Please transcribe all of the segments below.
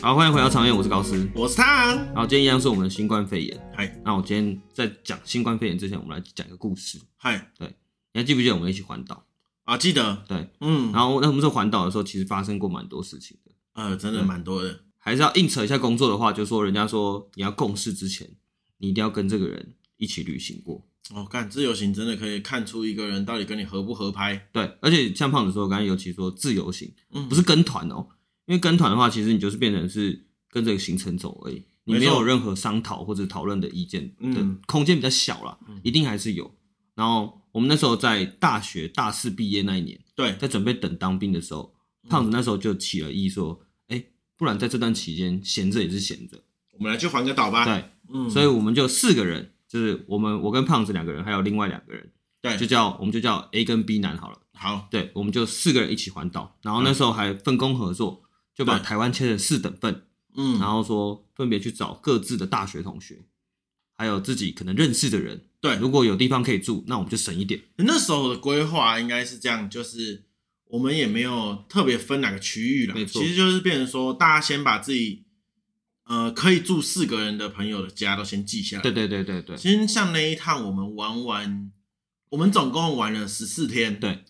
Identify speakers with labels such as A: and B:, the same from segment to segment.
A: 好，欢迎回到长远，我是高斯。
B: 我是汤，
A: 然后今天一样是我们的新冠肺炎。
B: 嗨
A: 那我今天在讲新冠肺炎之前，我们来讲一个故事。
B: 嗨
A: 你还记不记得我们一起环岛？
B: 啊，记得
A: 对，
B: 嗯，
A: 然后那我们在环岛的时候，其实发生过蛮多事情的。
B: 呃，真的
A: 对
B: 蛮多的，
A: 还是要硬扯一下工作的话，就说人家说你要共事之前，你一定要跟这个人一起旅行过。
B: 哦，干自由行真的可以看出一个人到底跟你合不合拍，
A: 对，而且像胖子说，刚才尤其说自由行，
B: 嗯
A: 不是跟团哦，因为跟团的话，其实你就是变成是跟这个行程走而已，你没
B: 没
A: 有
B: 错
A: 任何商讨或者讨论的意见的、
B: 嗯
A: 空间比较小啦，一定还是有。然后我们那时候在大学大四毕业那一年，
B: 对，
A: 在准备等当兵的时候，胖子那时候就起了意说，哎、不然在这段期间闲着也是闲着，
B: 我们来去环个岛吧，
A: 对，
B: 嗯，
A: 所以我们就四个人，就是我们我跟胖子两个人，还有另外两个人，就
B: 对，
A: 叫我们就叫 A 跟 B 男好了。
B: 好，
A: 对，我们就四个人一起环岛，然后那时候还分工合作，就把
B: 对
A: 台湾切成四等份，
B: 嗯，
A: 然后说分别去找各自的大学同学，还有自己可能认识的人，
B: 对，
A: 如果有地方可以住，那我们就省一点。
B: 那时候的规划应该是这样，就是我们也没有特别分哪个区域啦，
A: 没错
B: 其实就是变成说，大家先把自己呃可以住四个人的朋友的家都先记下来，
A: 对对对对对，
B: 其实像那一趟我们玩完，我们总共玩了十四天，
A: 对，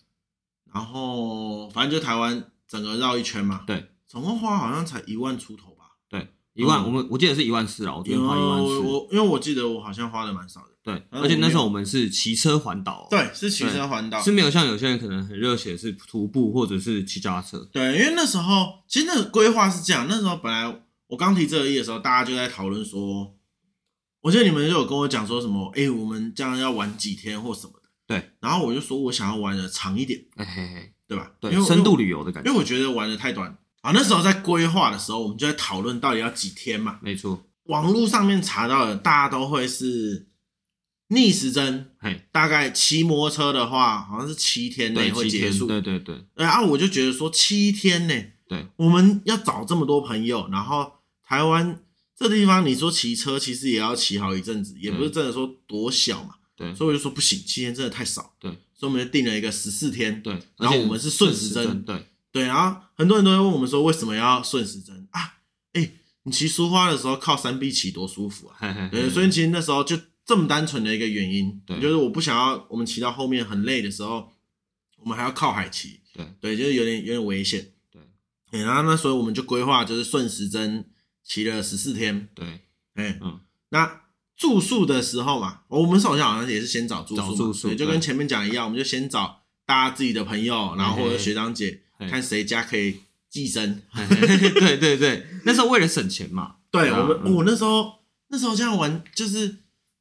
B: 然后反正就台湾整个绕一圈嘛，
A: 对，
B: 总共花好像才一万出头吧，
A: 一万，我们我记得是一万四啊，我昨天花一万
B: 我
A: 四。
B: 我因为我记得我好像花的蛮少的，
A: 对，
B: 嗯
A: 而且那时候我们是骑车环岛、哦，，
B: 对，是骑车环岛
A: 是，没有像有些人可能很热血是徒步或者是骑脚踏车。
B: 对，因为那时候其实那个规划是这样，那时候本来我刚提这个意的时候，大家就在讨论说，我记得你们就有跟我讲说什么，哎、我们这样要玩几天或什么的，
A: 对，
B: 然后我就说我想要玩的长一点，
A: 哎嘿嘿，
B: 对吧？因为
A: 对，
B: 我
A: 深度旅游的感
B: 因
A: 觉，
B: 为我觉得玩的太短啊。那时候在规划的时候，我们就在讨论到底要几天嘛。
A: 没错，
B: 网络上面查到的，大家都会是逆时针，
A: 嘿，
B: 大概骑摩托车的话，好像是七天
A: 对，
B: 内会
A: 七
B: 结
A: 天，
B: 束。
A: 对对对
B: 对啊，我就觉得说七天呢，
A: 对，
B: 我们要找这么多朋友，然后台湾这地方，你说骑车其实也要骑好一阵子，也
A: 嗯
B: 不是真的说多小嘛。
A: 对
B: 所以我就说不行，七天真的太少。
A: 对，
B: 所以我们就定了一个十四天。
A: 对，
B: 然
A: 而
B: 后
A: 且
B: 我们是顺时针
A: 对，
B: 对，然后很多人都会问我们说，为什么要顺时针啊？哎，你骑苏花的时候靠山壁骑多舒服啊！
A: 嘿嘿嘿
B: 对，所以其实那时候就这么单纯的一个原因
A: 嗯对，
B: 就是我不想要我们骑到后面很累的时候，我们还要靠海骑，
A: 对
B: 对，就是有点有点危险。
A: 对
B: 对，然后那所以我们就规划就是顺时针骑了十四天，
A: 对，
B: 哎，
A: 嗯，
B: 那住宿的时候嘛，哦我们首先好像也是先找住宿嘛，
A: 找住宿
B: 对，就
A: 对
B: 跟前面讲一样，我们就先找大家自己的朋友，然后或者学长姐，
A: 嘿
B: 看谁家可以寄生。
A: 嘿嘿嘿对对对，那时候为了省钱嘛，
B: 对
A: 对啊
B: 我们，
A: 嗯
B: 我那时候那时候这样玩，就是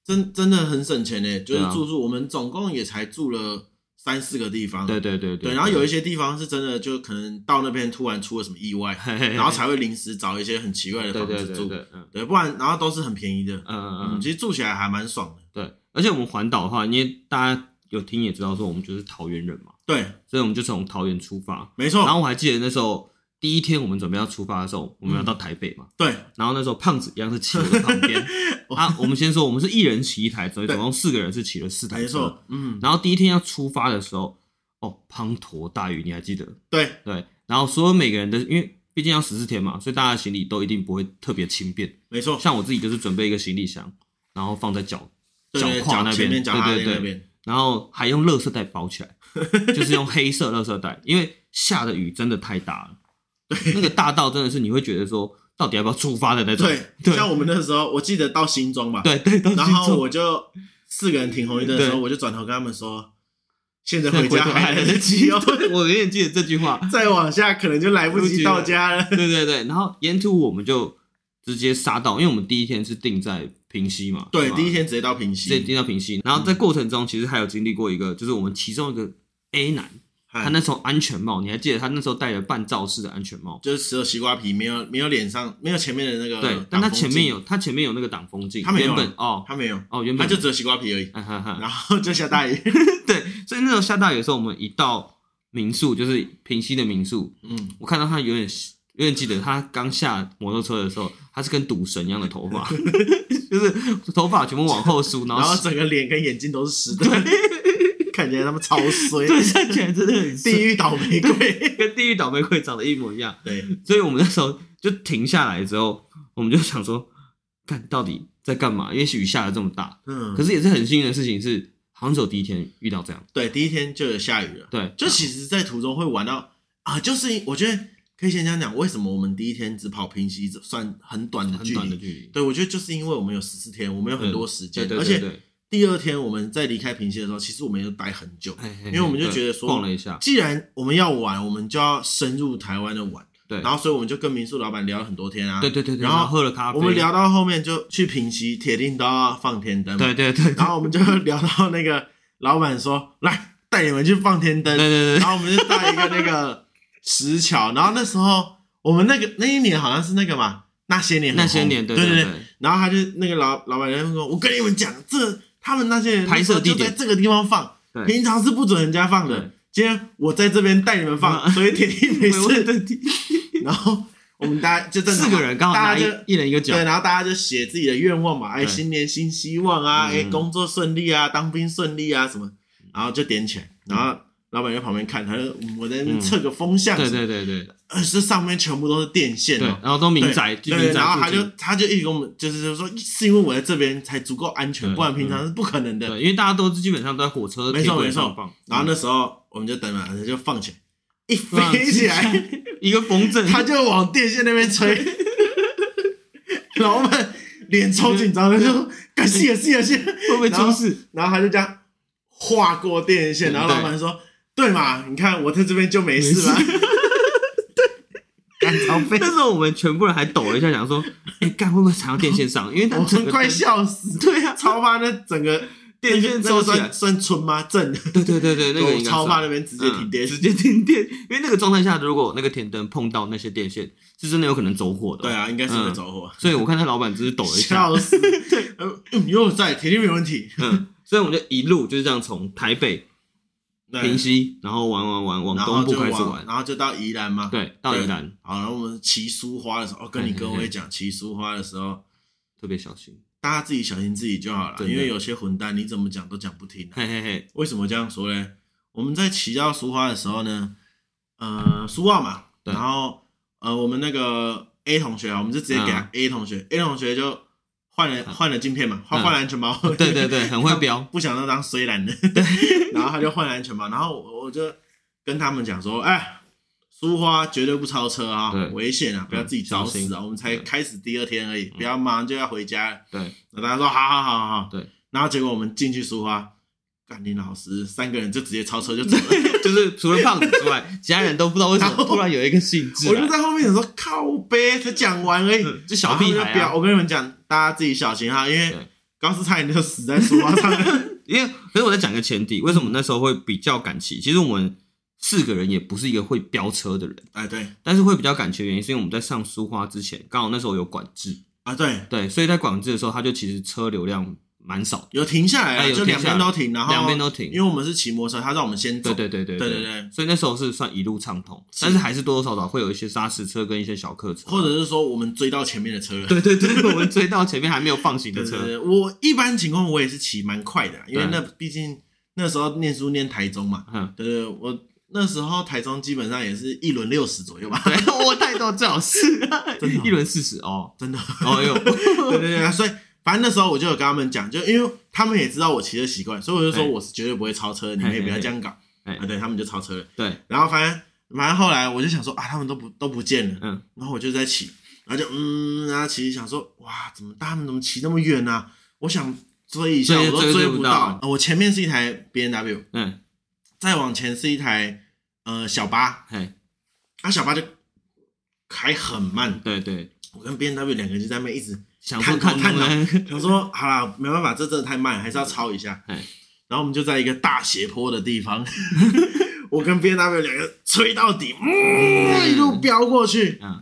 B: 真真的很省钱诶，就
A: 对
B: 是
A: 啊
B: 住宿，我们总共也才住了三四个地方，
A: 对对对
B: 对，然后有一些地方是真的，就可能到那边突然出了什么意外，
A: 嘿嘿嘿
B: 然后才会临时找一些很奇怪的
A: 对
B: 房
A: 对
B: 子
A: 对
B: 住，
A: 对，嗯
B: 对，不然然后都是很便宜的，
A: 嗯
B: 嗯，
A: 嗯嗯，
B: 其实住起来还蛮爽的，
A: 对，而且我们环岛的话，因为大家有听也知道说我们就是桃园人嘛，
B: 对，
A: 所以我们就从桃园出发，
B: 没
A: 然
B: 错，
A: 后我还记得那时候。第一天我们准备要出发的时候，我们要到台北嘛，
B: 对，
A: 然后那时候胖子一样是骑我的旁 边啊。我们先说，我们是一人骑一台，所以
B: 对
A: 总共四个人是骑了四台车。
B: 没错，嗯，
A: 然后第一天要出发的时候，哦，滂沱大雨，你还记得？
B: 对，
A: 对，然后所有每个人的，因为毕竟要十四天嘛，所以大家的行李都一定不会特别轻便。
B: 没错，
A: 像我自己就是准备一个行李箱，然后放在脚
B: 对对
A: 胯
B: 脚
A: 那
B: 前
A: 边，
B: 面脚踏
A: 对
B: 垫那
A: 对对，
B: 边，
A: 然后还用垃圾袋包起来，就是用黑色垃圾袋，因为下的雨真的太大了，那个大到真的是你会觉得说，到底要不要出发的那种。
B: 对，像我们那时候，我记得到新庄吧，
A: 对 对，到
B: 然
A: 新
B: 后
A: 竹
B: 我就四个人停红绿灯的时候，
A: 对
B: 我就转头跟他们说，现在
A: 再
B: 回
A: 回
B: 家
A: 头
B: 还
A: 还
B: 来
A: 来
B: 得
A: 得
B: 及
A: 及
B: 哦
A: 哦，，我有点记得这句话。
B: 再往下可能就来不及到家了。
A: 对对对，然后沿途我们就直接杀到，因为我们第一天是定在平西嘛，
B: 对，
A: 吧
B: 第一天直接到平
A: 直接
B: 西，
A: 定到平西，然后在过程中其实还有经历过一个，就是我们其中一个 A 男，他
B: 哎
A: 那时候安全帽，你还记得他那时候戴了半罩式的安全帽？
B: 就是只有西瓜皮，没有没有脸上没有前面的那个，
A: 对，但他前面，有他前面有那个挡风镜，
B: 他没有
A: 原本哦
B: 他没有，
A: 哦原
B: 他
A: 本
B: 就只有西瓜皮而已。
A: 哈哈哈，
B: 然后就下大雨，
A: 对，所以那时候下大雨的时候，我们一到民宿就是平西的民宿，
B: 嗯，
A: 我看到他有点有点记得，他刚下摩托车的时候，他是跟赌神一样的头发， 就是头发全部往后梳，然
B: 然后
A: 后
B: 整个脸跟眼睛都是湿的， 看起来他们超衰，
A: 对， 看起来真的很
B: 地
A: 地
B: 狱倒玫瑰。
A: 跟地狱倒霉鬼长得一模一样。
B: 对，
A: 所以我们那时候就停下来之后，我们就想说， 看到底在干嘛？因为雨下的这么大，
B: 嗯，
A: 可是也是很幸运的事情是，好像只有第一天遇到这样。
B: 对，第一天就有下雨了，
A: 对，
B: 就其实，在途中会玩到啊，就是我觉得可以先讲讲为什么我们第一天只跑平溪，算很短的
A: 很
B: 距
A: 短的
B: 离。
A: 距离，嗯
B: 对，我觉得就是因为我们有十四天，我们有很多时间，
A: 对
B: 而
A: 对
B: 且
A: 对，
B: 第二天我们在离开平溪的时候，其实我们也待很久。
A: 因
B: 哎因为我们就觉得说
A: 逛了一下，
B: 既然我们要玩，我们就要深入台湾的玩，
A: 对，
B: 然后所以我们就跟民宿老板聊了很多天啊。
A: 对对对对，
B: 然
A: 然
B: 后
A: 喝了咖啡，
B: 我们聊到后面就去平溪，铁定都要放天灯嘛。
A: 对，对对，对
B: 然后我们就聊到那个老板说：“来，带你们去放天灯。”
A: 对对
B: 然
A: 对，
B: 后我们就到一个那个石桥，然后那时候我们那个那一年好像是那个嘛，那些年很
A: 那些
B: 红
A: 年，
B: 对
A: 对
B: 对。
A: 对，
B: 然后他就那个老老板娘说：“我跟你们讲，这他们那些人
A: 拍摄地点
B: 就在这个地方放，
A: 对
B: 平常是不准人家放
A: 对
B: 的。今天我在这边带你们放，
A: 嗯
B: 所以铁定没
A: 我
B: 事。然后我们大家就正常
A: 四个人刚好
B: 大
A: 拿
B: 家
A: 一
B: 就
A: 一人一个角
B: 对，，然后大家就写自己的愿望嘛，哎，
A: 对
B: 新年新希望啊，哎，
A: 嗯
B: 工作顺利啊，当兵顺利啊什么，然后就点起来，
A: 嗯
B: 然后老板在旁边看，他说嗯我在那边测个风向，
A: 对，对对对
B: 呃，这上面全部都是电线
A: 对
B: 哦，，
A: 然后都民
B: 对
A: 宅，就
B: 对，
A: 民宅
B: 然
A: 附
B: 后他就
A: 近
B: 他就一直跟我们就是说，是因为我在这边才足够安全，
A: 对
B: 不然平常是不可能的。
A: 对，因为大家都基本上都在火车
B: 没错
A: 铁轨
B: 没错
A: 上放，
B: 然后
A: 呢
B: 那时候我们就等了，他就放起来，一
A: 放
B: 飞起来，
A: 一个风筝，
B: 他就往电线那边 吹，老板脸超紧张的，就说：“啊感谢谢谢。
A: 会不会出事？”
B: 然后他就这样划过电线，然
A: 嗯
B: 后
A: 对
B: 老板说：“对嘛，你看我在这边就没事嘛。” 对，干超费
A: 那，时候我们全部人还抖了一下，想说，哎，干会不会踩到电线上？因为他
B: 我
A: 整
B: 们
A: 个
B: 快
A: 灯
B: 笑死，
A: 对啊，
B: 超怕那整个
A: 电线
B: 那个
A: 抽起来
B: 算，算村吗？正，
A: 对对对对，那个
B: 我
A: 应该
B: 超
A: 算
B: 怕那边直接停电
A: 嗯，直接 停电，因为那个状态下，如果那个天灯碰到那些电线，是真的有可能走火的。
B: 对，啊，应该是会着火，
A: 所以我看那老板只是嗯抖了一下，
B: 笑 死，对，嗯，有我在，铁定没问题，
A: 嗯，所以我们就一路就是这样从台北
B: 对
A: 平西，然后玩玩玩
B: 然
A: 往
B: 后
A: 东部
B: 就
A: 开始
B: 往
A: 玩，
B: 然后就到宜兰嘛，
A: 对，哎到宜兰
B: 好，然后我们骑苏花的时候，哦，跟你各位讲，骑苏花的时候，
A: 特别小心，
B: 大家自己小心自己就好了，
A: 真的
B: 因为有些混蛋你怎么讲都讲不听啊、
A: 嘿嘿嘿，
B: 为什么这样说嘞？我们在骑到苏花的时候呢，呃，苏澳嘛，
A: 对
B: 然后呃，我们那个 A 同学啊，我们就直接给他 A 同学、a 同学就换了换了镜片嘛，换
A: 嗯
B: 换了安全帽，
A: 对对对，很会 飙，
B: 不想要当虽然的， 然后他就换了安全帽，然后我我就跟他们讲说，哎，苏花绝对不超车啊
A: 对，嗯
B: 危险啊，不要自己找
A: 小
B: 死啊，
A: 心
B: 我们才
A: 对嗯
B: 开始第二天而已，不要马上就要回家了。
A: 对，
B: 那大家说，好好好好，
A: 对。
B: 然后结果我们进去苏花，干林老师三个人就直接超车就 走了。
A: 就是除了胖子之外，其他人都不知道为什
B: 然后
A: 么突然有一个兴致
B: 我
A: 来
B: 就，在后面想说，靠呗，才讲完而已，
A: 嗯就小屁
B: 然后他们
A: 孩啊
B: 就不要，我跟你们讲，大家自己小心啊哈，因为
A: 对
B: 高斯差点就死在苏花上了。
A: 因为可是我再讲一个前提，为什么那时候会比较敢骑？其实我们四个人也不是一个会飙车的人。
B: 哎，对
A: 但是会比较感情的原因，是因为我们在上苏花之前，刚好那时候有管制，
B: 啊，对，
A: 对，所以在管制的时候，它就其实车流量蛮少的，
B: 有停下
A: 哎
B: 来啊，
A: 有
B: 就
A: 停
B: 两
A: 下
B: 边
A: 来
B: 都停，然后
A: 两边都停
B: 因为。我们是骑摩托车，他让我们先走。
A: 对对对对
B: 对对
A: 对
B: 对
A: 所以那时候是算一路畅通，
B: 是
A: 但是还是多多少少会有一些砂石车跟一些小客车，啊
B: 或者是说我们追到前面的车了。
A: 对对对，我们追到前面还没有放行的
B: 对对
A: 车，
B: 对，我一般情况我也是骑蛮快的啊，因为
A: 对
B: 那毕竟那时候念书念台中嘛，
A: 嗯，
B: 对对，我那时候台中基本上也是一轮六十左右吧，
A: 对， 我太多最好是
B: 真的
A: 一轮四十哦，
B: 真的。
A: 哦哟，
B: 对对对，所以反正那时候我就有跟他们讲，就因为他们也知道我骑车习惯，所以我就说
A: 对
B: 我是绝对不会超车的，你们也不要这样搞。
A: 嘿嘿嘿
B: 啊，对他们就超车了。
A: 对，
B: 然后反正反正后来我就想说啊，他们都不都不见了，
A: 嗯，
B: 然后我就在骑，然后就嗯，然后骑想说哇，怎么他们怎么骑那么远呢、我想追一下，
A: 追
B: 我都追
A: 追不
B: 到
A: 到。
B: 呃我前面是一台 B N W，
A: 嗯，
B: 再往前是一台呃小巴，
A: 嘿，
B: 啊小巴就开很慢，
A: 对对，
B: 我跟 B N W 两个人就在那边一直
A: 想说
B: 看
A: 看
B: 懂
A: 能不能，
B: 想说好啦，没办法，这真的太慢，还是要超一下。
A: 哎
B: 然后我们就在一个大斜坡的地方， 我跟 B N W 两个吹到底，嗯，一路飙过去。
A: 嗯，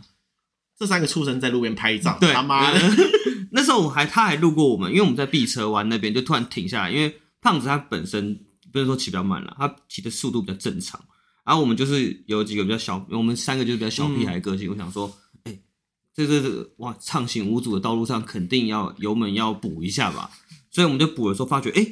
B: 这三个畜生在路边拍照，
A: 对，
B: 他妈的，
A: 嗯 那时候我还他还路过我们，因为我们在碧车湾那边就突然停下来，因为胖子他本身不是说骑比较慢了，他骑的速度比较正常。然后我们就是有几个比较小，我们三个就是比较小屁
B: 嗯
A: 孩的个性。我想说，哎、这这这哇，畅行无阻的道路上肯定要油门要补一下吧。所以我们就补的时候发觉，哎、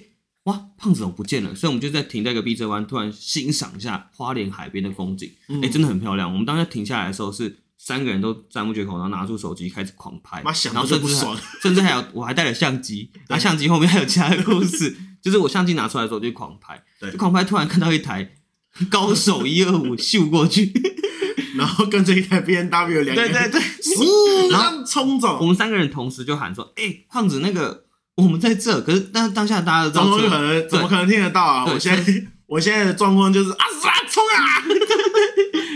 A: 哇，胖子我不见了，所以我们就在停在一个避车湾，突然欣赏一下花莲海边的风景，哎、
B: 嗯
A: 真的很漂亮。我们当时停下来的时候是三个人都赞不绝口，然后拿出手机开始狂拍，
B: 妈想
A: 然后
B: 到就
A: 甚
B: 不
A: 至还
B: 爽，
A: 甚至还有我还带了相机，那相机后面还有其他的故事，就是我相机拿出来的时候就狂拍，
B: 对
A: 就狂拍，突然看到一台高手一二五秀过去，
B: 然后跟着一台 B N W 两个
A: 对
B: 人
A: 对对，
B: 嗖
A: 然后
B: 这样冲
A: 我
B: 走，
A: 们三个人同时就喊说：“哎、胖子，那个我们在这。”可是当当下大家都知
B: 怎
A: 道
B: 么可
A: 车，
B: 能？怎么可能听得到啊？
A: 对
B: 我现在我现在的状况就是啊，是啊，冲啊！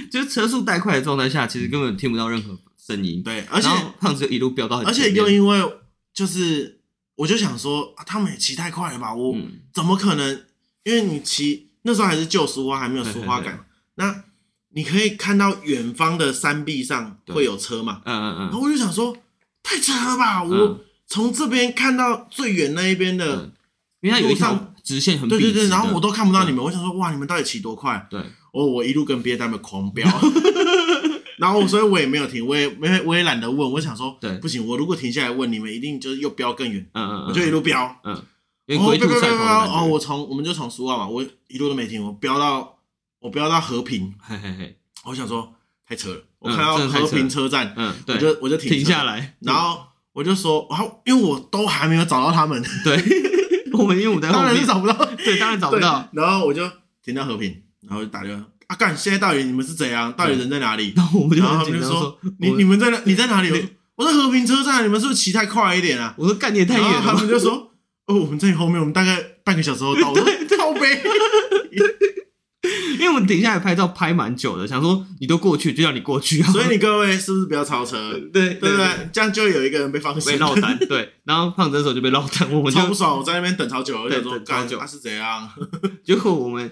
A: 就是车速带快的状态下，其实根本听不到任何声音。
B: 对，而且
A: 然后胖子就一路飙到很
B: 而且
A: 前面
B: 又因为就是，我就想说、啊他们也骑太快了吧？我、
A: 嗯
B: 怎么可能？因为你骑那时候还是旧苏花，还没有苏花
A: 对对
B: 感。那你可以看到远方的山壁上
A: 对
B: 会有车嘛？
A: 嗯嗯
B: 然
A: 嗯
B: 后我就想说，太扯了吧！我
A: 嗯
B: 从这边看到最远那一边的，
A: 嗯，因为它有一
B: 路
A: 条
B: 上
A: 直线很
B: 对对对，然后我
A: 都
B: 都看不到你们，我想说，哇，你们到底骑多快？
A: 对
B: 哦，我一路跟 B M W 狂 飙，然后所以我也没有停，我也没有我也懒得问，我想说，
A: 对
B: 不行，我如果停下来问你们，一定就是又飙更远，
A: 嗯嗯，
B: 我就一路飙。
A: 嗯，嗯有点
B: 哦，
A: 龟
B: 飙
A: 兔
B: 飙
A: 赛
B: 飙
A: 跑的感
B: 飙！
A: 觉
B: 哦，我从我们就从苏澳嘛，我一路都没停，我飙到我飙到和平，
A: 嘿嘿嘿，
B: 我想说太扯了，我
A: 嗯
B: 看到
A: 真的太扯
B: 和
A: 了
B: 平车站，
A: 嗯
B: 我
A: 对，
B: 就我就停
A: 停
B: 车
A: 下，来，
B: 然后我就说，然后因为我都还没有找到他们，
A: 对，我们因为我们在后
B: 当然是
A: 面，
B: 找不到，
A: 对，当然找不到。
B: 对，然后我就停到和平，然后就打电话啊，干，现在到底你们是怎样？到底人在哪里？
A: 然后我们就
B: 然后他
A: 很
B: 们
A: 紧
B: 就
A: 张
B: 说
A: 说：“
B: 你
A: 我
B: 你们在哪？你在哪里？”我
A: 嗯你
B: 说我在和平车站，你们是不是骑太快一点啊？
A: 我说干你也太
B: 然
A: 远
B: 后
A: 了
B: 他
A: 吧
B: 们就说：“哦，我们在你后面，我们大概半个小时后 到。”我说：“靠背。
A: 因为我们停下来拍照拍蛮久的，想说你都过去就让你过去啊，”
B: 所以你各位是不是不要超车？对
A: 对对
B: 不对？这样就有一个人被放
A: 被
B: 行。
A: 落 单，对，然后胖子那时候就被落单，我们
B: 超不
A: 就
B: 爽！我在那边等超久，我
A: 对
B: 就想说
A: 等超
B: 干
A: 久
B: 他是怎样？
A: 结果我们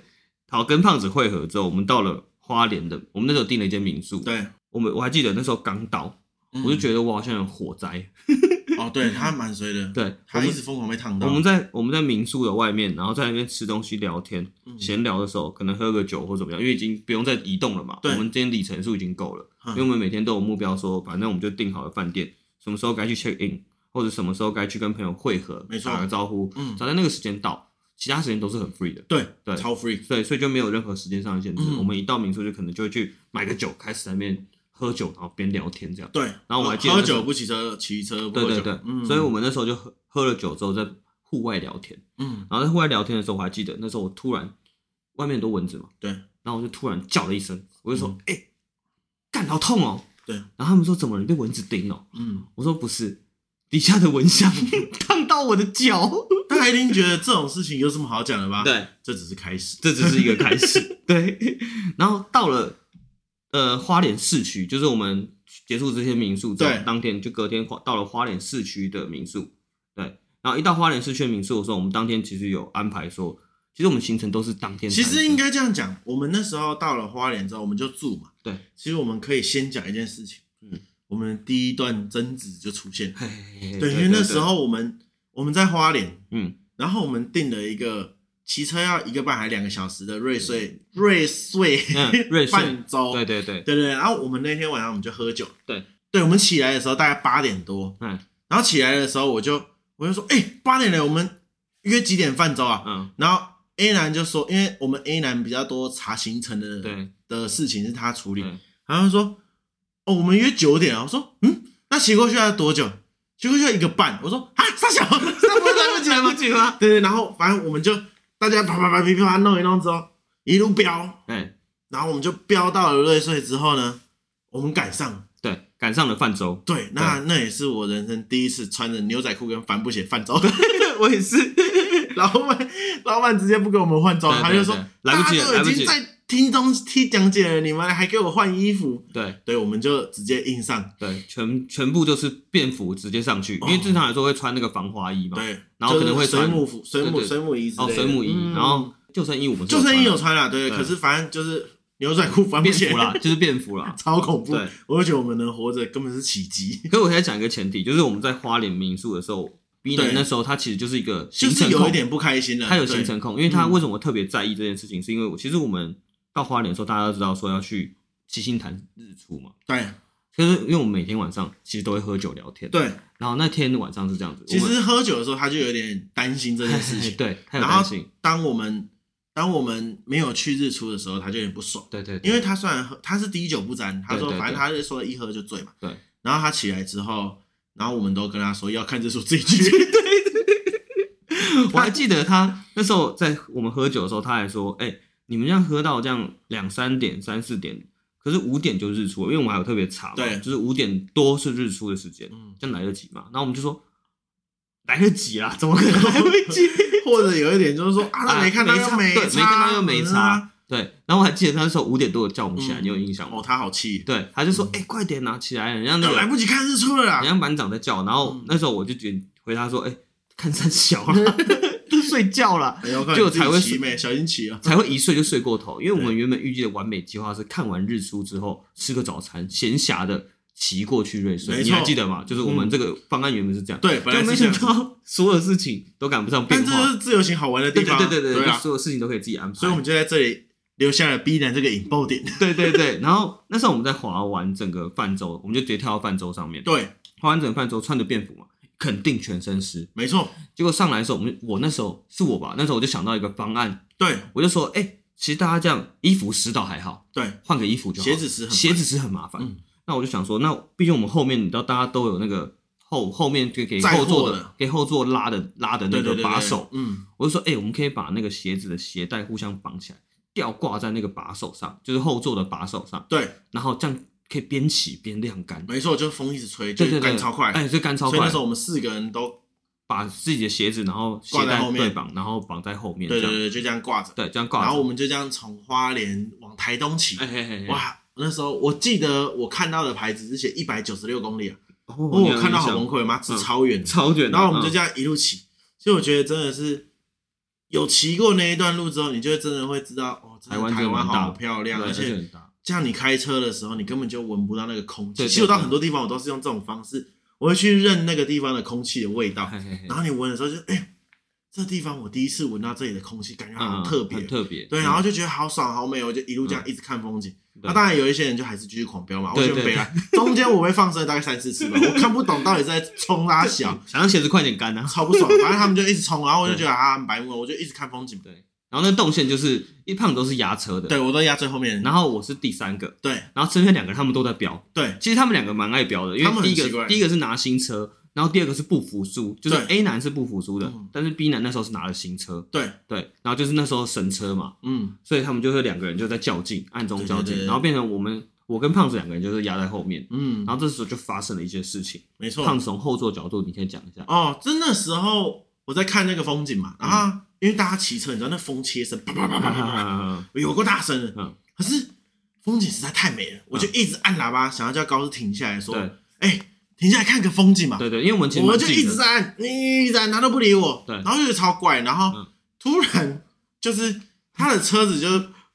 A: 好跟胖子会合之后，我们到了花莲的，我们那时候订了一间民宿，
B: 对，
A: 我们我还记得那时候刚到，我就觉得我好像有火灾，
B: 得嗯哦，对他蛮衰的，
A: 对，我
B: 他一嗯
A: 们
B: 直疯狂被烫到。
A: 我们在我们在民宿的外面，然后在那边吃东西聊天，
B: 嗯
A: 闲聊的时候可能喝个酒或怎么样，因为已经不用再移动了嘛。
B: 对
A: 我们今天里程数已经够了，
B: 嗯
A: 因为我们每天都有目标说，反正我们就订好了饭店，什么时候该去 check in，或者什么时候该去跟朋友会合，
B: 没错
A: 打个招呼，
B: 嗯
A: 早在那个时间到，其他时间都是很 free 的。
B: 对
A: 对
B: 超 free，
A: 对，所以就没有任何时间上的限制。
B: 嗯
A: 我们一到民宿就可能就会去买个酒，开始在那边喝酒，然后边聊天这样。
B: 对。
A: 然后我还记得
B: 喝
A: 那时候
B: 酒不骑车，骑车不
A: 对
B: 喝
A: 对
B: 酒。
A: 对，
B: 嗯，
A: 所以我们那时候就喝喝了酒之后在户外聊天。
B: 嗯
A: 然后在户外聊天的时候，我还记得那时候我突然外面很多蚊子嘛，
B: 对，
A: 然后我就突然叫了一声，我就说
B: 嗯：“
A: 哎、干、好痛哦！”
B: 对
A: 然后他们说：“怎么了？你被蚊子叮了
B: 嗯？”，
A: 我说：“不是，底下的蚊香 烫到我的脚。
B: 大家一定觉得这种事情有什么好讲的吧？，
A: 对，
B: 这只是开始。
A: 这只是一个开 始。对，然后到了呃花莲市区，就是我们结束这些民宿之后
B: 对，
A: 当天就隔天花到了花莲市区的民宿。对，然后一到花莲市区的民宿的时候，我们当天其实有安排说，其实我们行程都是当天才
B: 其
A: 定。
B: 实应该这样讲，我们那时候到了花莲之后，我们就住嘛。
A: 对，
B: 其实我们可以先讲一件事情，
A: 嗯，
B: 我们第一段争执就出现了。
A: 嘿嘿嘿
B: 对，因为那时，候我们我们在花莲，
A: 嗯，
B: 然后我们订了一个骑车要一个半还两个小时的瑞穗瑞穗
A: 嗯瑞穗
B: 半州，
A: 对对对，
B: 对对对，然后我们那天晚上我们就喝酒，
A: 对
B: 对，我们起来的时候大概八点多，
A: 嗯
B: 然后起来的时候我就我就说，哎、八点了，我们约几点泛舟啊？
A: 嗯，
B: 然后 A 男就说，因为我们 A 男比较多查行程的
A: 对
B: 的事情是他处理
A: 对，
B: 然后他说，哦，我们约九点啊，我说，嗯，那骑过去要多久？骑过去要一个半，我说啊，三小，那不是来不及
A: 来
B: 了
A: 不
B: 吗？
A: 及吗？
B: 对对，然后反正我们就大家啪啪啪噼噼啪弄一弄之后，一路飙，
A: 哎，
B: 然后我们就飙到了瑞穗之后呢，我们赶上。
A: 对，赶上了泛舟，
B: 对，那那也是我人生第一次穿着牛仔裤跟帆布鞋泛舟，
A: 我也是，
B: 老板老板直接不给我们换装，
A: 对
B: 他就说
A: 对对来不及了
B: 大家
A: 来
B: 都
A: 不
B: 已
A: 及
B: 经在听东听讲解了，你们还给我换衣服，
A: 对
B: 对，我们就直接硬上，
A: 对，全全部就是便服直接上去，因为正常来说会穿那个防滑衣嘛，
B: 哦对，
A: 哦然后可能会
B: 就是水
A: 穿
B: 母服、水母
A: 对对
B: 水母衣之类
A: 哦，
B: 的
A: 水母衣，
B: 嗯
A: 然后救生衣我们是
B: 救生衣有
A: 穿
B: 穿啦，对，
A: 对
B: 可是反正就是牛仔裤、帆
A: 的便
B: 布鞋。
A: 服，啦，就是便服啦
B: 超恐怖
A: 对，
B: 我就觉得我们能活着根本是奇迹，
A: 可是我现在讲一个前提，就是我们在花莲民宿的时候，B
B: 对
A: 男那时候他其实就是一个
B: 就
A: 行
B: 是
A: 程
B: 有
A: 控
B: 一，点不开心了，
A: 他有
B: 对
A: 行程控，因为他
B: 嗯
A: 为什么特别在意这件事情，是因为我其实我们到花莲的时候，大家都知道说要去七星潭日出嘛。
B: 对，
A: 就是因为我们每天晚上其实都会喝酒聊天，。
B: 对，
A: 然后那天晚上是这样子，
B: 其
A: 我们
B: 实喝酒的时候他就有点担心这件事 情。
A: 对，他有
B: 然
A: 担
B: 后
A: 心，
B: 当我们当我们没有去日出的时候，他就有点不爽，
A: 对对，对
B: 因为他虽然喝，他是滴酒不沾，他
A: 对
B: 说
A: 对
B: 反正
A: 对
B: 他就说一喝就醉嘛。
A: 对。
B: 然后他起来之后，然后我们都跟他说要看日出自己去。
A: 我还记得他那时候在我们喝酒的时候，他还说：“哎、你们这样喝到这样两三点、三四点，可是五点就日出了，因为我们还有特别查嘛，
B: 对
A: 就是五点多是日出的时间，
B: 嗯
A: 这样来得及吗？”然后我们就说：“来得及啦，怎么可能 来不 及？
B: 或者有一点就是说啊，那没看到又
A: 啊没对，
B: 差，
A: 没看到又没
B: 嗯啊
A: 差。”对，然后我还记得他那时候五点多叫我们起来，
B: 嗯
A: 你有印象吗？
B: 哦，他好气，
A: 对，他就说：“哎、快点拿起来，人家那
B: 来
A: 个嗯
B: 不及看日出了
A: 人
B: 啦。
A: 家班长在叫。”然后
B: 嗯
A: 那时候我就觉回他说：“哎、看三小 了，都睡觉了。”
B: 哎呦，看
A: 就
B: 你自己
A: 才会
B: 骑没小心骑啊。
A: 才会一睡就睡过头，因为我们原本预计的完美计划是看完日出之后吃个早餐，闲暇的骑过去瑞穗。
B: 没错嗯
A: 你还记得吗？就是我们这个方案原本是这样，
B: 对，本来
A: 就没
B: 是这
A: 想
B: 样子，
A: 到 所有事情都赶不上变
B: 但这就
A: 化。
B: 是自由行好玩的地
A: 对对
B: 方。
A: 对对对，就
B: 啊，
A: 所有事情都可以自己安排。
B: 所以我们就在这里留下了 B 男这个引爆点。
A: 对对对，然后那时候我们在划完整个泛舟，我们就直接跳到泛舟上面，
B: 对，
A: 划完整个泛舟，穿着便服嘛，肯定全身湿。
B: 没错，
A: 结果上来的时候，我们我那时候是我吧，那时候我就想到一个方案，
B: 对
A: 我就说，哎、其实大家这样衣服湿倒还好，
B: 对，
A: 换个衣服就好了。
B: 鞋子是很
A: 鞋子是很麻烦。
B: 嗯
A: 那我就想说，那毕竟我们后面你知道，大家都有那个后后面给给后座
B: 载货的
A: 的给后座拉的拉的
B: 对
A: 那
B: 对
A: 个
B: 对
A: 把手，，
B: 对嗯，
A: 我就说，哎、我们可以把那个鞋子的鞋带互相绑起来，吊挂在那个把手上，就是后座的把手上，
B: 对，
A: 然后这样可以边骑边晾干。
B: 没错，就风一直吹，
A: 对
B: 就
A: 对对，
B: 干超快。
A: 哎，这干超
B: 所以那
A: 快
B: 时，候我们四个人都，
A: 把自己的鞋子，然后鞋
B: 挂在
A: 带
B: 后面
A: 对绑，然后绑在后面，这
B: 对对
A: 样
B: 对，就这样挂着。
A: 对，这样挂着。
B: 然后我们就这样从花莲往台东骑
A: 哎，嘿嘿嘿，
B: 哇！那时候我记得我看到的牌子是写一百九十六公里啊，
A: 哦，
B: 哦，
A: 你有
B: 我看到
A: 印
B: 好
A: 象嗯
B: 崩溃，妈，这超远的。
A: 超卷的。
B: 然后我们就
A: 嗯
B: 这样一路骑，所以我觉得真的是有骑过那一段路之后，你就真的会知道哦，真的
A: 台湾
B: 台
A: 真的
B: 湾
A: 蛮大
B: 好漂亮，
A: 对
B: 而
A: 而且
B: 且
A: 很大
B: 这样你开车的时候，你根本就闻不到那个空气。
A: 对对
B: 其实我到
A: 对
B: 很多地方我都是用这种方式，我会去认那个地方的空气的味道，
A: 嘿嘿嘿
B: 然后你闻的时候就哎、这地方我第一次闻到这里的空气，感觉好
A: 嗯，
B: 特别。
A: 很特别。
B: 对，
A: 嗯
B: 然后就觉得好爽好美，哦我就一路这样一直看风景。
A: 对
B: 那当然有一些人就还是继续狂飙嘛，我
A: 对
B: 选
A: 对
B: 北来， 中间我被放生大概三四次吧，我看不懂到底在冲拉小，
A: 想让鞋子快点干啊。
B: 超不爽。反正他们就一直冲，然后我就觉得啊，很白目，我就一直看风景。
A: 对，然后那动线就是一胖都是压车的，
B: 对，我都压最后面。
A: 然后我是第三个，
B: 对
A: 然后身边两个人他们都在飙，
B: 对
A: 其实他们两个蛮爱飙的，因
B: 他们
A: 为
B: 很
A: 第一
B: 奇怪
A: 个第一个是拿新车，然后第二个是不服输，就是
B: 对
A: A 男是不服输的
B: 嗯，
A: 但是 B 男那时候是拿了新车，
B: 对，
A: 对，然后就是那时候神车嘛，
B: 嗯，
A: 所以他们就会两个人就在较劲，暗中较
B: 对对对
A: 劲，
B: 对
A: 然后变成我们我跟胖子两个人就是压在后面，
B: 嗯，
A: 然后这时候就发生了一些事情，
B: 没错。
A: 胖子从后座角度你可以讲一 下，
B: 哦，真的时候我在看那个风景嘛，
A: 嗯
B: 然后因为大家骑车，你知道那风切声，啪啪啪啪啪啪，有够大声的
A: 嗯。
B: 可是风景实在太美了，我就一直按喇叭，想要叫高速停下来，说
A: 对，
B: 哎，停下来看个风景嘛。
A: 对对，因为我们其实
B: 我
A: 蛮
B: 就
A: 近
B: 一
A: 的
B: 直在按，一直按，他都不理我，
A: 对
B: 然后就觉得超怪，然后
A: 嗯
B: 突然就是他的车 子就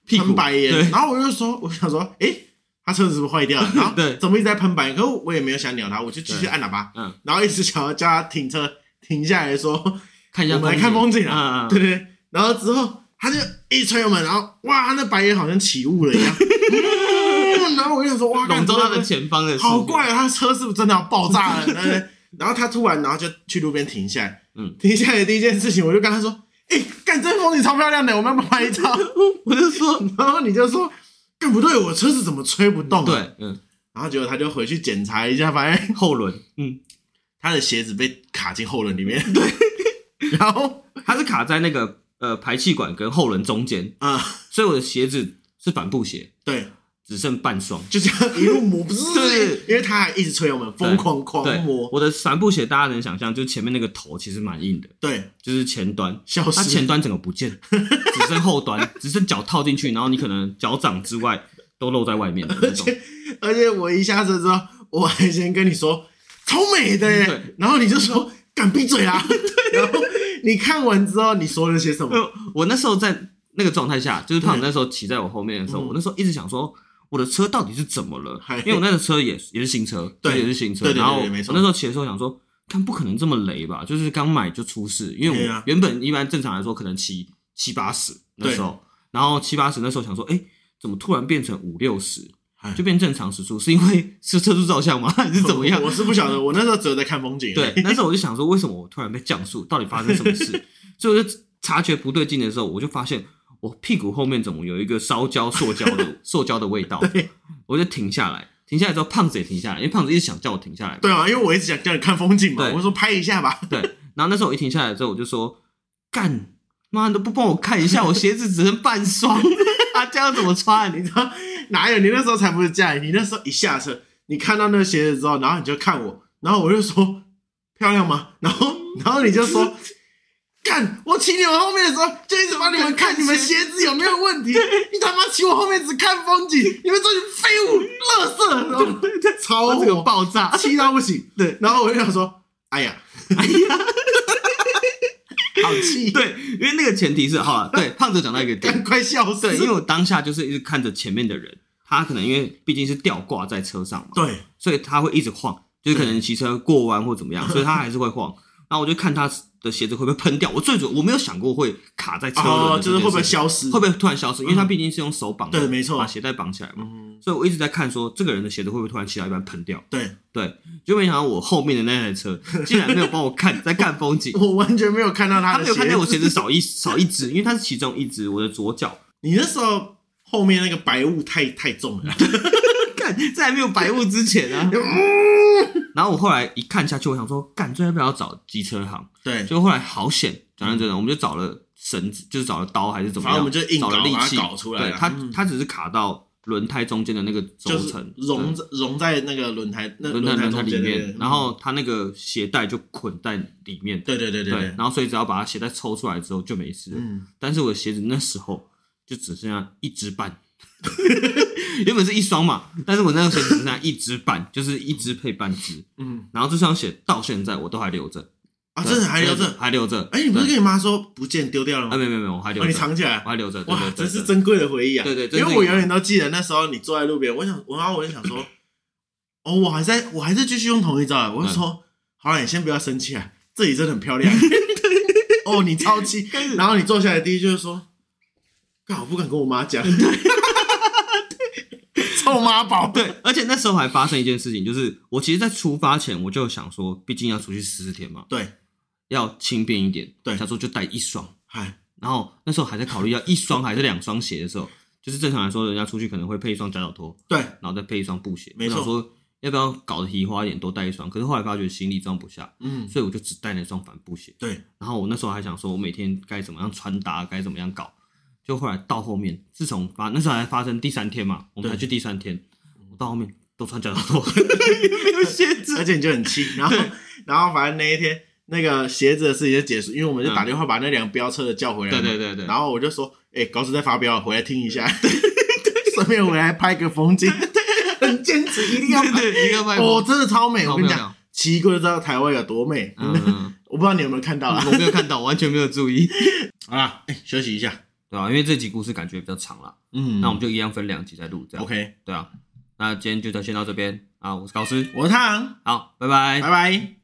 A: 屁股
B: 喷白
A: 对
B: 烟，然后我就说，我想说，诶，他车子是不是坏 掉了？然后
A: 对
B: 怎么一直在喷白烟？可我也没有想鸟他，我就继续
A: 对
B: 按喇叭，
A: 嗯，
B: 然后一直想要叫他停车停下 来说，
A: 看一下
B: 我
A: 景，
B: 们来看风景啊，
A: 嗯嗯
B: 对对，对然后之后他就一吹油门，然后哇，那白烟好像起雾了 一样，嗯然后我就想说，哇，
A: 啊笼罩
B: 干
A: 他的前方的世界
B: 好，怪啊！他车是不是真的要爆炸 了？对不对？然后他突然，然后就去路边停下来。
A: 嗯，
B: 停下来的第一件事情，我就跟他说：“哎、干，这风景超漂亮的，我们要不要拍照？”
A: 我就说
B: 然后你就说：“干不对，我车子怎么吹不动、啊？”。
A: 对，嗯，
B: 然后结果他就回去检查一下，发现
A: 后轮，嗯，
B: 他的鞋子被卡进后轮里面。对。 然后，
A: 它是卡在那个呃排气管跟后轮中间，
B: 啊、
A: 所以我的鞋子是帆布鞋，
B: 对，
A: 只剩半双。
B: 就这样一路磨，不 是
A: 对，
B: 因为他还一直吹我们，疯狂狂
A: 对，
B: 磨。
A: 我的帆布鞋大家能想象，就前面那个头其实蛮硬的，
B: 对，
A: 就是前端，
B: 消
A: 它
B: 失。
A: 前端整个不见，只剩后端，只剩脚套进去，然后你可能脚掌之外都露在外面的那种。
B: 而且我一下车之后，我还先跟你说超美的耶
A: 嗯对，
B: 然后你就说敢闭 嘴啊！然后你看完之后，你说了些什么？
A: 我那时候在那个状态下，就是胖子那时候骑在我后面的时候，
B: 嗯
A: 我那时候一直想说。我的车到底是怎么了
B: 嗨？
A: 因为我那个车也是也是新车，
B: 对
A: 就是也是新车。
B: 对对对
A: 然后
B: 对
A: 我
B: 没错
A: 那时候骑的时候想说，看不可能这么雷吧？就是刚买就出事，因为
B: 对啊
A: 我原本一般正常来说可能骑七八十那时候，然后七八十那时候想说，哎，怎么突然变成五六十？
B: 哎
A: 就变正常时速，是因为是车速照相吗？还是 怎么样？
B: 我是不晓得，我那时候只有在看风景。
A: 对，，那时候我就想说，为什么我突然被降速？到底发生什么事？所以我就察觉不对劲的时候，我就发现我屁股后面怎么有一个烧焦、塑胶的塑胶的味道，我就停下来。停下来之后，胖子也停下来，因为胖子一直想叫我停下来。
B: 对啊，因为我一直想叫你看风景嘛，
A: 对
B: 我说拍一下吧。
A: 对，然后那时候我一停下来之后，我就说：“干妈，你都不帮我看一下，我鞋子只剩半双，啊，这样怎么穿？”你知道 吗
B: 哪有？你那时候才不是这样，你那时候一下车，你看到那个鞋子之后，然后你就看我，然后我就说 漂亮吗？然后然后你就说。干！我骑你们后面的时候，就一直帮你们看你们鞋子有没有问题。你他妈骑我后面只看风景，你们这群废物、垃圾，然后超
A: 这个
B: 火，
A: 爆炸，
B: 气到不行。
A: 对，
B: 然后我就想说，哎呀，
A: 哎呀，
B: 好气，，
A: 对，因为那个前提是好了，对，胖子讲到一个点
B: 干，快笑死。
A: 对，因为我当下就是一直看着前面的人，他可能因为毕竟是吊挂在车上嘛，
B: 对，
A: 所以他会一直晃，就是可能骑车过弯或怎么 样，所以他还是会晃。然后我就看他的鞋子会不会喷掉，我最主我没有想过会卡在车轮、
B: 哦，就是会不会，消失？
A: 会不会突然消失，因为他毕竟是用手绑的，
B: 对没错
A: 把鞋带绑起来嘛。
B: 嗯，
A: 所以我一直在看说这个人的鞋子会不会突然骑到一半喷掉，
B: 对，
A: 对，就没想到我后面的那台 车竟然没有帮我看，在看风景，
B: 我完全没有 看到
A: 他
B: 他
A: 没
B: 的鞋
A: 有
B: 子。
A: 看见我鞋子少一少一只，因为它是其中一只，我的左脚
B: 你那时候后面那个白雾太太重 了，
A: 干，在还没有白雾之前啊。然后我后来一看下去，我想说，干，最要不要找机车行？
B: 对，
A: 就后来好险，讲认真的，我们就找了绳子，就是找了刀还是怎么样，
B: 嗯反正我们就硬搞
A: 找了力气
B: 把它搞出来啊
A: 对，它
B: 嗯
A: 它只是卡到轮胎中间的那个轴
B: 就是
A: 承
B: 融在融在那个轮胎那
A: 对轮胎
B: 胎
A: 轮胎
B: 中
A: 里
B: 间那
A: 面
B: 边，嗯
A: 然后它那个鞋带就捆在里面。
B: 对对对对
A: 对
B: 对，
A: 然后所以只要把它鞋带抽出来之后就没事了。
B: 嗯，
A: 但是我的鞋子那时候就只剩下一只半， 原本是一双嘛，但是我那个鞋子只剩下一只半，就是一只配半只。
B: 嗯
A: 然后这双鞋到现在我都还留着
B: 啊，
A: 对
B: 真的还留
A: 对
B: 着。
A: 还留着。
B: 哎，你不是
A: 对
B: 跟你妈说不见丢掉了
A: 啊？
B: 吗？
A: 没有没有没有，我还留
B: 哦，
A: 着，
B: 你藏起来
A: 我，还留着。对
B: 哇，
A: 对对
B: 真是
A: 对
B: 珍贵的回忆啊！
A: 对对真
B: 因
A: 是
B: 为我永远都记得那时候你坐在路边，我想，然后我就想 说，哦，我还在我还是继续用同一招啊，
A: 嗯
B: 我就说，好了，你先不要生气啊，这里真的很 漂亮。哦，你超气，然后你坐下来第一句就是说，干，我不敢跟我妈讲， 臭妈宝，
A: 对，而且那时候还发生一件事情，就是我其实，在出发前我就想说，毕竟要出去十四天嘛，
B: 对，
A: 要轻便一点。
B: 对
A: 想说就带一双。
B: 嗨，
A: 然后那时候还在考虑要一双还是两双鞋的时候，就是正常来说，人家出去可能会配一双夹脚拖，
B: 对，
A: 然后再配一双布鞋。
B: 没错
A: 我想说要不要搞得提花一点，多带一双？可是后来发觉行李装不下，
B: 嗯，
A: 所以我就只带那双帆布鞋。
B: 对，
A: 然后我那时候还想说，我每天该怎么样穿搭，该怎么样搞。就后来到后面，自从发那时候还发生第三天嘛，我们才去第三天，我到后面都穿脚拖， 有鞋
B: 而
A: 子。
B: 且你就 很气，然后然后反正那一天。那个鞋子的事情就结束，因为我们就打电话把那辆飙车的叫回来嘛。
A: 嗯对对对对，
B: 然后我就说，哎、稿子在发飙了，回来听一下， 顺便回来拍个 风景，很坚持，一定要
A: 对
B: 拍。
A: 对一个外
B: 哦，真的超美，我跟你
A: 超漂
B: 讲
A: 亮，
B: 骑过就知道台湾有多美。
A: 嗯， 嗯
B: 我不知道你有没有看
A: 嗯
B: 到啦。
A: 我没有看到，完全没有注意，
B: 好啦，哎、休息一下。
A: 对吧、啊因为这集故事感觉比较长啦，
B: 嗯
A: 那我们就一样分两集再录，这样
B: OK，
A: 对啊，那今天就先到这边啊，我是高斯，
B: 我是汤，
A: 好，拜拜
B: 拜。拜。